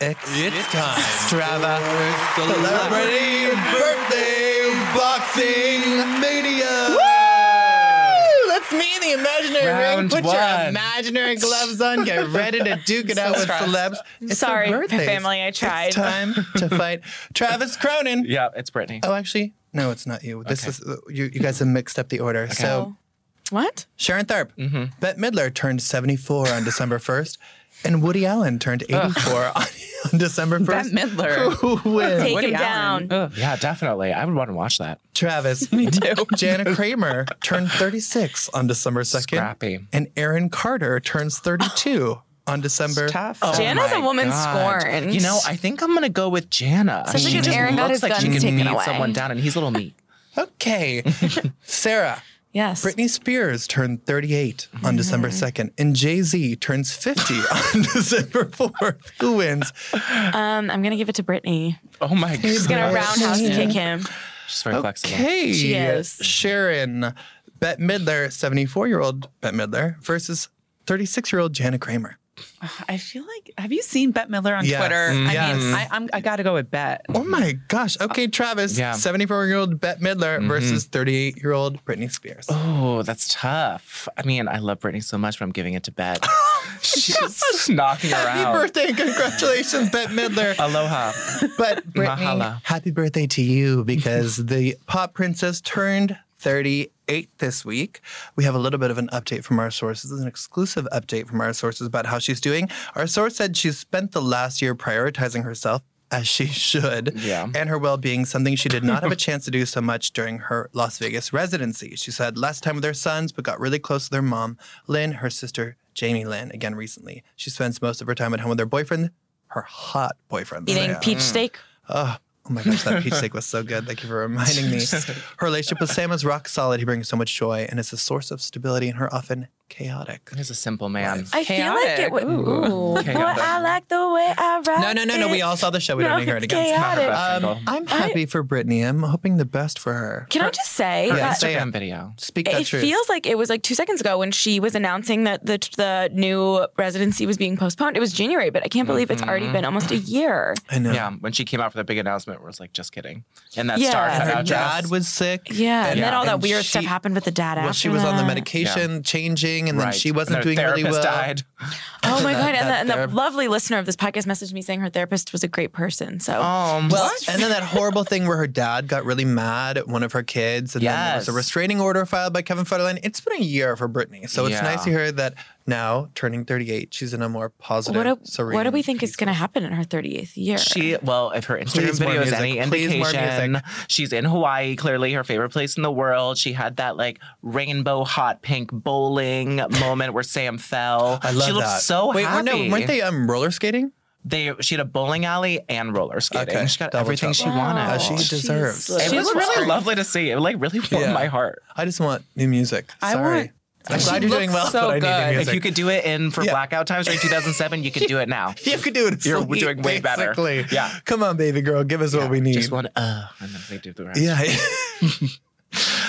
It's time. Strava. Strava. Celebrity birthday boxing mania. Woo! Let's me in the imaginary ring. Round Put one. your imaginary gloves on. Get ready to duke it out with celebs. It's their Sorry, birthdays. family, I tried. It's time to fight Travis Cronin. Yeah, it's Brittany. Oh, actually, no, it's not you. This is you. You guys have mixed up the order. Oh. So What? Sharon Tharp, Bette Midler turned 74 on December 1st, and Woody Allen turned 84 on, on December 1st. Bette Midler. Who wins? Take Woody him Allen. Uh, down. Ugh. Yeah, definitely. I would want to watch that. Travis. Me too. Jana Kramer turned 36 on December 2nd. Scrappy. And Aaron Carter turns 32 on December. Tough. Jana's Oh my a woman God. scorned. You know, I think I'm gonna go with Jana. Especially she because just Aaron got looks his like she guns can taken meet away. someone down, and he's a little meat. Okay. Sarah. yes. Britney Spears turned 38 on December Mm. 2nd, and Jay Z turns 50 on December 4th. Who wins? Um, I'm gonna give it to Brittany. Oh my She's god, gonna Right. roundhouse Yeah. kick him. she's very flexible. Okay. She is. Sharon. Bette Midler, 74 year old Bette Midler, versus 36 year old Jana Kramer. I feel like have you seen Bette Midler on Yes. Twitter? Mm. I Yes. mean, I, I'm, I gotta go with Bette. Oh my gosh. Okay, Travis, Mm-hmm. Uh, Yeah. Mm-hmm. 74 year old Bette Midler versus 38 year old Britney Spears. Oh, that's tough. I mean, I love Brittany so much, but I'm giving it to bed. she's knocking her Happy out. birthday and congratulations, Bette Midler. Aloha. But Brittany, Mahala. happy birthday to you because the pop princess turned 38 this week. We have a little bit of an update from our sources, an exclusive update from our sources about how she's doing. Our source said she's spent the last year prioritizing herself. As she should, Yeah. and her well being, something she did not have a chance to do so much during her Las Vegas residency. She said less time with her sons, but got really close to their mom, Lynn, her sister, Jamie Lynn, again recently. She spends most of her time at home with her boyfriend, her hot boyfriend. Eating Sam. peach steak. Oh, oh my gosh, that peach steak was so good. Thank you for reminding me. Her relationship with Sam is rock solid. He brings so much joy and is a source of stability in her often chaotic. He's a simple man. I feel like it would. Chaotic. Ooh. Boy, Chaotic. I like the way I rock. No, no, no, no. it. We all saw the show. We No, don't need to hear it it's again. chaotic. Not her best Um, I'm happy for Brittany. I'm hoping the best for her. Can I just say Yeah, that say Instagram video. Speak that it truth. feels like it was like two seconds ago when she was announcing that the the new residency was being postponed. It was January, but I can't believe it's already Mm-hmm. been almost a year. I know. Yeah, when she came out for the big announcement, it was like, just kidding. And that Yeah. star And And cutout her dress. dad was sick. Yeah, and then Yeah. all that And weird stuff she- happened with the dad Well, after she was on the that. medication, changing, and then Right. she wasn't and her doing really therapist well. Died. Oh my That- that god! And the, and the therapy- lovely listener of this podcast messaged me saying her therapist was a great person. So Oh. Um, Well, and then that horrible thing where her dad got really mad at one of her kids, and then there was a Yes. restraining order filed by Kevin Federline. It's been a year for Brittany, so it's Yeah. nice to hear that now, turning 38, she's in a more positive, what do, serene. what do we think is going to happen in her 38th year? She well, if her Instagram Please more video is any music. Please more indication, music. she's in Hawaii, clearly her favorite place in the world. She had that like rainbow hot pink bowling moment where Sam fell. I love she looked that. so Wait, happy. Wait, no, weren't they um, roller skating? They she had a bowling alley and roller skating. Okay, She got double everything trouble. she wanted. Wow. Uh, she deserves. She's- it she was looks really great. lovely to see. It like really warmed Yeah. my heart. I just want new music. I Sorry. want- I'm She glad you're doing well, looks so but I need good. new music. If you could do it in for blackout times during 2007, you could do it now. you could do it. in You're sleep, doing way better. basically. Yeah. Come on, baby girl, give us what we need. Just one uh, and then they do the rest. Yeah.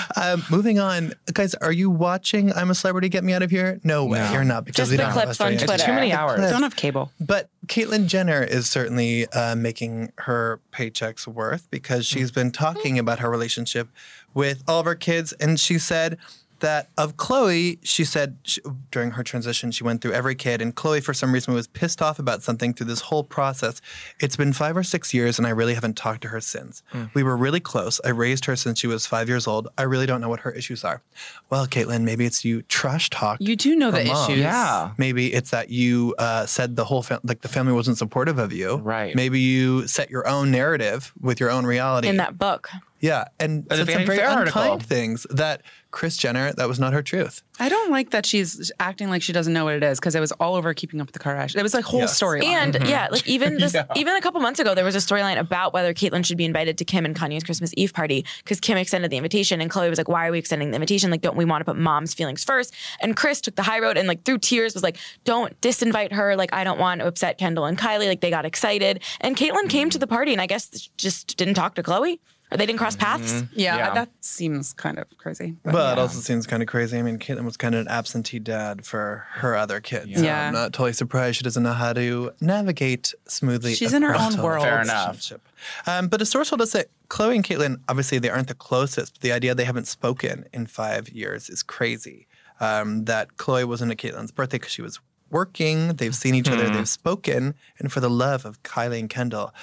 um, moving on, guys. Are you watching "I'm a Celebrity, Get Me Out of Here"? No way, you're not because Just we the don't clips have on Australia. It's too Twitter. many hours. Don't have cable. But Caitlyn Jenner is certainly uh, making her paychecks worth because she's been talking about her relationship with all of her kids, and she said. That of Chloe, she said sh during her transition, she went through every kid, and Chloe, for some reason, was pissed off about something through this whole process. It's been five or six years, and I really haven't talked to her since. We were really close. I raised her since she was five years old. I really don't know what her issues are. Well, Caitlyn, maybe it's you trash talk You do know the mom. issues. Yeah. Maybe it's that you uh, said the whole fam- like the family wasn't supportive of you. Right. Maybe you set your own narrative with your own reality. in that book. yeah, and As said a some Vanity very Fair unkind article. things that Chris Jenner that was not her truth. I don't like that she's acting like she doesn't know what it is because it was all over Keeping Up with the Kardashians. It was like whole Yes. storyline. And yeah, like even this, even a couple months ago, there was a storyline about whether Caitlyn should be invited to Kim and Kanye's Christmas Eve party because Kim extended the invitation, and Chloe was like, "Why are we extending the invitation? Like, don't we want to put mom's feelings first? And Chris took the high road and like through tears was like, "Don't disinvite her. Like, I don't want to upset Kendall and Kylie. Like, they got excited, and Caitlyn came to the party, and I guess just didn't talk to Chloe. or they didn't cross paths. Yeah, Yeah. that seems kind of crazy. But it also seems kind of crazy. I mean, Caitlin was kind of an absentee dad for her other kids. So Yeah. I'm not totally surprised she doesn't know how to navigate smoothly. She's a in her own parental world. Fair enough. relationship. Um, but a source told us that Chloe and Caitlin, obviously, they aren't the closest. But the idea they haven't spoken in five years is crazy. Um, that Chloe wasn't at Caitlin's birthday because she was working. They've seen each Hmm. other. They've spoken. And for the love of Kylie and Kendall,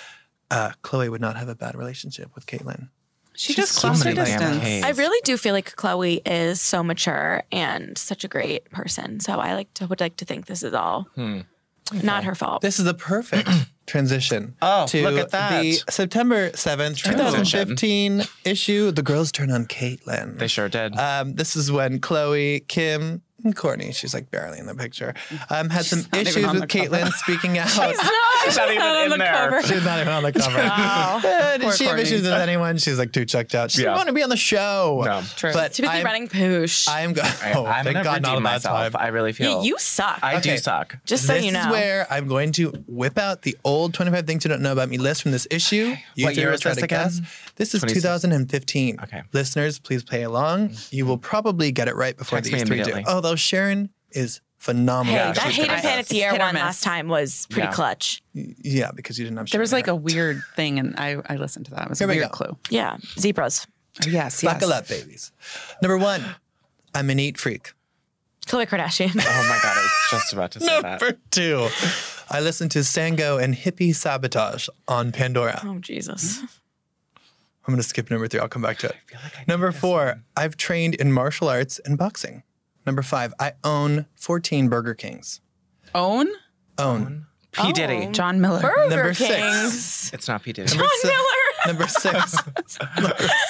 uh, Chloe would not have a bad relationship with Caitlin. she She's just so keeps her many damn distance. Ks. I really do feel like Chloe is so mature and such a great person. So I like to would like to think this is all Hmm. not her fault. This is the perfect transition. Oh, to look at that. The September 7th, Transition. 2015 issue, The Girls Turn on Caitlyn. They sure did. Um, this is when Chloe, Kim, and Courtney, she's like barely in the picture, um, had some not even issues on with the cover. Caitlyn speaking out. She's not even in there. She's not even on the cover. Wow. Uh, Did Poor she have Courtney. issues with anyone? She's like too chucked out. She Yeah. didn't want to be on the show. No. True. But Too busy I'm, running poosh. I'm going. I, Oh, I'm thank gonna God, not redeem about time. myself. I really Yeah, feel. you suck. I do Okay. suck. Just so this you know. is where I'm going to whip out the old 25 things you don't know about me list from this issue. You What three year will is try this to guess. again? This is 26. 2015. Okay. Listeners, please play along. You will probably get it right before Text me these three do. immediately. Although Sharon is hey, phenomenal. Yeah, that she's hated great. panettiere Hit or one miss. last time was pretty Yeah. clutch. yeah, because you didn't have There was Sharon like a weird thing, and I, I listened to that. It was Here a we weird go. clue. Yeah. Zebras. Yes, yes. Buckle up, babies. Number one, I'm an eat freak. Khloe Kardashian. Oh my god, I was just about to say that. Number two, I listen to Sango and Hippie Sabotage on Pandora. oh Jesus. I'm going to skip number three. I'll come back to it. number four, I've trained in martial arts and boxing. Number five, I own 14 Burger Kings. Own Own. P Diddy. John Miller. Number Burger six. Kings. It's not P Diddy. Number si- Miller. Number six.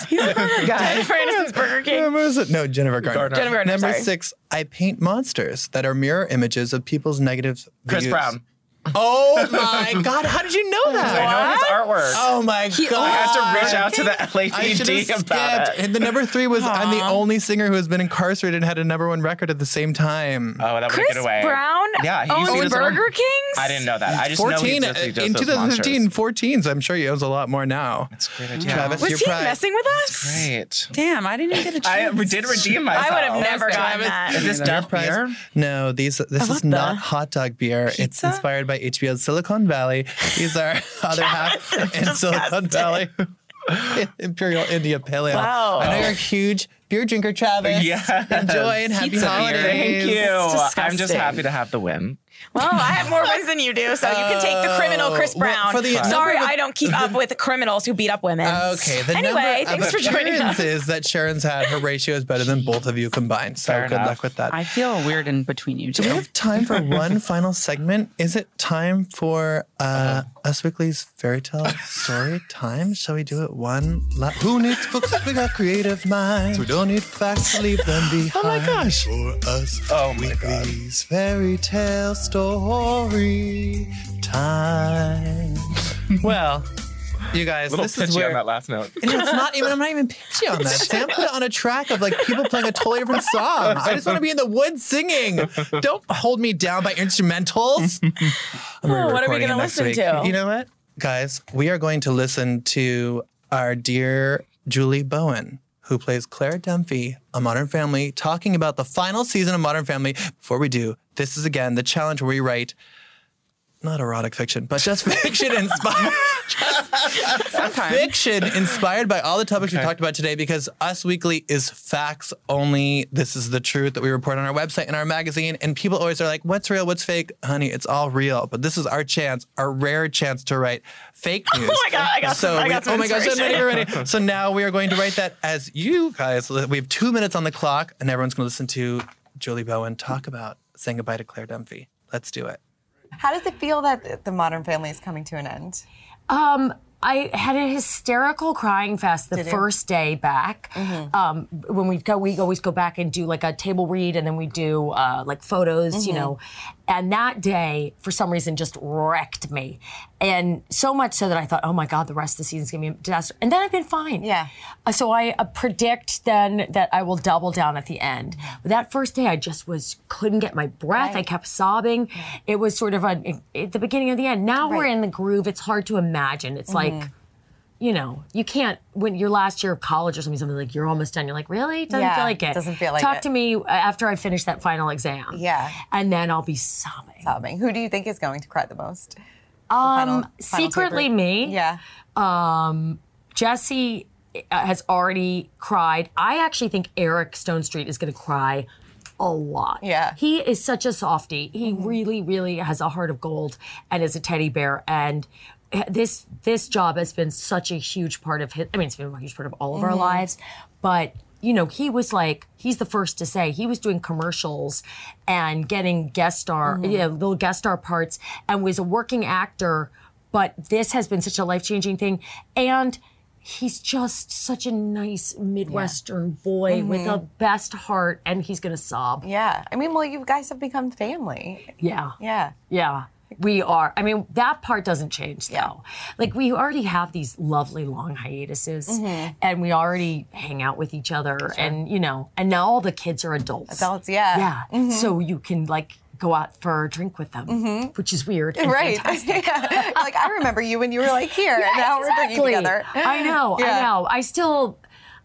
He's a burger guy. Jennifer Aniston's Burger King. number si- no, Jennifer Garner. Garner. Jennifer Garner, number sorry. six, I paint monsters that are mirror images of people's negative Chris views. Brown. Oh my God, how did you know I that? know his artwork. Oh my God. I had to reach out to the LAPD should've about skipped. it. And the number three was I'm the only singer who has been incarcerated and had a number one record at the same time. Oh, that would Chris get away. Brown Yeah, he used to owns do this Burger one. Kings. I didn't know that. I just know he 14 just, he just in does 2015, monsters. 14. So I'm sure he owns a lot more now. That's a great idea. Travis, Was you're he proud. messing with us? Great. Damn, I didn't even get a I chance. did redeem myself. I would have never gotten Travis. that. Is this Duff beer? No, these this is the- not hot dog beer. It's Pizza? inspired by HBO's Silicon Valley. These are other half in Silicon Valley. Imperial India Pale Ale. Wow. I know you're a huge beer drinker, Travis. Yes. Enjoy and happy Pizza beer. holidays. Thank you. It's I'm just disgusting. happy to have the win. Well, I have more wins than you do, so you can take the criminal Chris Oh, well, Brown. for the Sorry, I don't keep up with criminals who beat up women. Okay. The anyway, number thanks of for joining us. appearances that Sharon's had, her ratio is better than both of you combined. So Fair good enough. luck with that. I feel weird in between you Do we two. have time for one final segment? Is it time for uh, Us Weekly's fairy tale story time? Shall we do it one? La- Who needs books? We got creative minds. We don't need facts to leave them behind. Oh my gosh! For Us Oh my God. Weekly's fairy tale story time. well, you guys, little this is pitchy where on that last note. and it's not even. I'm not even pitchy on that. Sam put it on a track of like people playing a totally different song. I just want to be in the woods singing. Don't hold me down by instrumentals. I'm Oh, what are we re-recording it gonna next listen week. to? You know what, guys? We are going to listen to our dear Julie Bowen. Who plays Claire Dunphy on Modern Family, talking about the final season of Modern Family. Before we do, this is again the challenge where we write not erotic fiction, but just fiction inspired Sometimes. fiction inspired by all the topics we talked about today because Us Weekly is facts only. This is the truth that we report on our website and our magazine. And people always are like, what's real? What's fake? Honey, it's all real. But this is our chance, our rare chance to write fake news. Oh my God, I got so some- I we- got some Oh my gosh, I'm inspiration. ready, ready. So now we are going to write that as you guys. We have two minutes on the clock and everyone's going to listen to Julie Bowen talk about saying goodbye to Claire Dunphy. Let's do it. How does it feel that the modern family is coming to an end? Um, I had a hysterical crying fest the first day back. Um, when we go, we always go back and do like a table read, and then we do uh, like photos, you know. And that day, for some reason, just wrecked me, and so much so that I thought, oh my god, the rest of the season's gonna be a disaster. And then I've been fine. Yeah. Uh, So I uh, predict then that I will double down at the end. But that first day, I just was couldn't get my breath. I kept sobbing. It Mm-hmm. was sort of a, at the beginning of the end. Now we're in the groove. It's hard to imagine. It's like you know, you can't when your last year of college or something, something like you're almost done. You're like, really? Doesn't Yeah, feel like it. doesn't feel like Talk it. to me uh, after I finish that final exam. Yeah. and then I'll be sobbing. sobbing. Who do you think is going to cry the most? Um, final- final secretly, paper. me. Yeah. Um, Jesse uh, has already cried. I actually think Eric Stone Street is going to cry a lot. Yeah. He is such a softie. He really, really has a heart of gold and is a teddy bear. And this this job has been such a huge part of his. I mean, it's been a huge part of all of our lives, but. You know, he was like, he's the first to say he was doing commercials and getting guest star, you know, little guest star parts and was a working actor. But this has been such a life changing thing. And he's just such a nice Midwestern boy with the best heart, and he's gonna sob. Yeah. I mean, well, you guys have become family. Yeah. Yeah. Yeah. We are. I mean, that part doesn't change though. Like we already have these lovely long hiatuses Mm-hmm. and we already hang out with each other and you know, and now all the kids are adults. Adults, yeah. Mm-hmm. Yeah. So you can like go out for a drink with them, which is weird. and Right. fantastic. Yeah. Like, I remember you when you were like here, and now we're Exactly. drinking together. I know, I Yeah. know. I still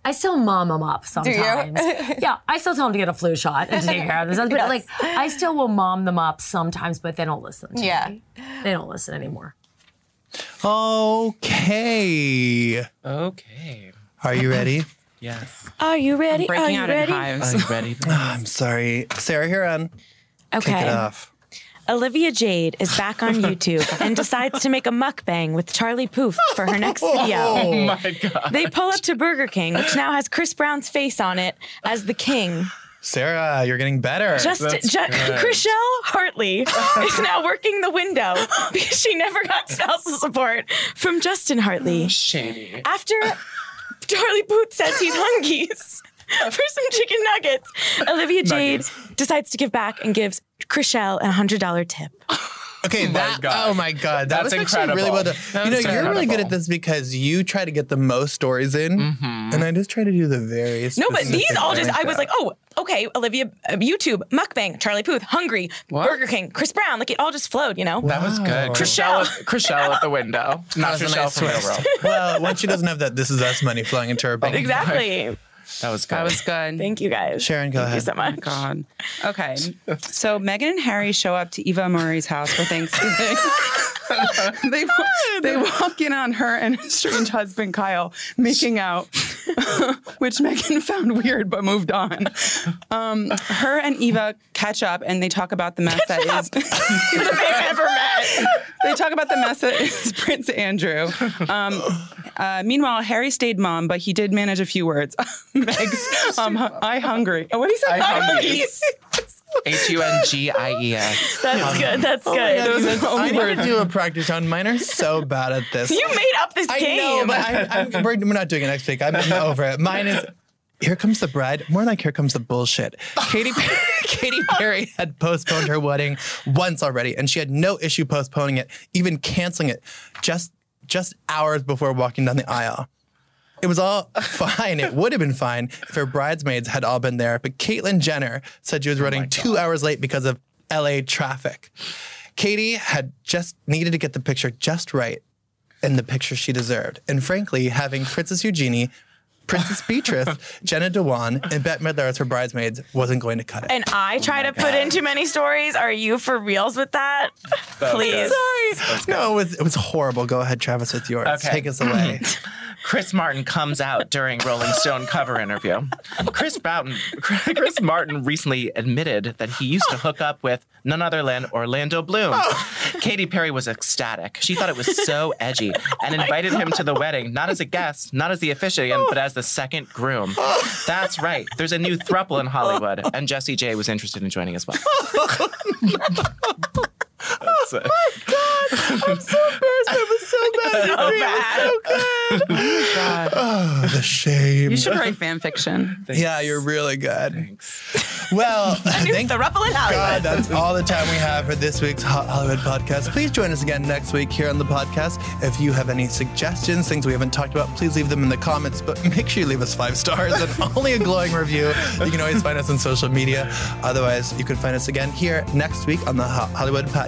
I still mom them up you? sometimes. yeah, I still tell them to get a flu shot and to take care of themselves. But Yes. like, I still will mom them up sometimes, but they don't listen. To Yeah. me. they don't listen anymore. Okay. Okay. Are you ready? Yes. Are you ready? Are breaking you out ready? in hives. I'm ready. I'm sorry. Sarah Huron, kick it Okay. off. Olivia Jade is back on YouTube and decides to make a mukbang with Charlie Poof for her next video. Oh my god. They pull up to Burger King, which now has Chris Brown's face on it as the king. Sarah, you're getting better. Just, ju- Chriselle Hartley is now working the window because she never got spousal support from Justin Hartley. Shady. After Charlie Booth says he's hungies for some chicken nuggets, Olivia Jade decides to give back and gives Chriselle a hundred dollar tip. Okay, that. God. Oh my god, that was That's actually really incredible. well done. That you know, was you're really good incredible. at this because you try to get the most stories in, and I just try to do the very. No, but these specific all just I breakdown. was like, oh, okay, Olivia, uh, YouTube, mukbang, Charlie Puth, hungry, Burger King, Chris Brown, like it all just flowed, you know. That was good. Chriselle, Chriselle at the window. was Not a Chriselle nice from the twist. world. well, once she doesn't have that, this is us money flowing into her bank. Exactly. That was good. That was good. Thank you guys. Sharon, go Thank you ahead. so much. God. Okay. So Megan and Harry show up to Eva Murray's house for Thanksgiving. they, wa- they walk in on her and her strange husband Kyle making out, which Megan found weird but moved on. Um, her and Eva catch up and they talk about the mess that is they talk about the mess that is Prince Andrew. Um, uh, meanwhile, Harry stayed mom, but he did manage a few words. Meg's, um, I hungry. Oh, what did he say? I hungies. H U N G I E S. That's good. Oh That's good. Those are the only I never words. do a practice on mine. Are so bad at this. You made up this I game. know, but I, I'm, we're, we're not doing it next week. I'm getting over it. Mine is "Here Comes the Bride." More like "Here Comes the Bullshit." Katy Perry, Katy Perry had postponed her wedding once already, and she had no issue postponing it, even canceling it, just just hours before walking down the aisle. It was all fine. It would have been fine if her bridesmaids had all been there, but Caitlyn Jenner said she was running two hours late because of LA traffic. Katie had just needed to get the picture just right and the picture she deserved. And frankly, having Princess Eugenie, Princess Beatrice, Jenna Dewan, and Bette Midler as her bridesmaids wasn't going to cut it. and I try to put in too many stories. Are you for reals with that? Please. no, it was it was horrible. Go ahead, Travis, with yours. Okay. Take us away. Chris Martin comes out during Rolling Stone cover interview. Chris Boughton, Chris Martin recently admitted that he used to hook up with none other than Orlando Bloom. Katy Perry was ecstatic. She thought it was so edgy and invited him to the wedding, not as a guest, not as the officiant, but as the second groom. That's right. There's a new thruple in Hollywood, and Jesse J was interested in joining as well. That's it. so bad. oh, the shame. You should write fan fiction. yeah, you're really good. Well, thank The Ruffle in Hollywood. Oh God, that's all the time we have for this week's Hot Hollywood podcast. Please join us again next week here on the podcast. If you have any suggestions, things we haven't talked about, please leave them in the comments. But make sure you leave us five stars and only a glowing review. You can always find us on social media. Otherwise, you can find us again here next week on the Hot Hollywood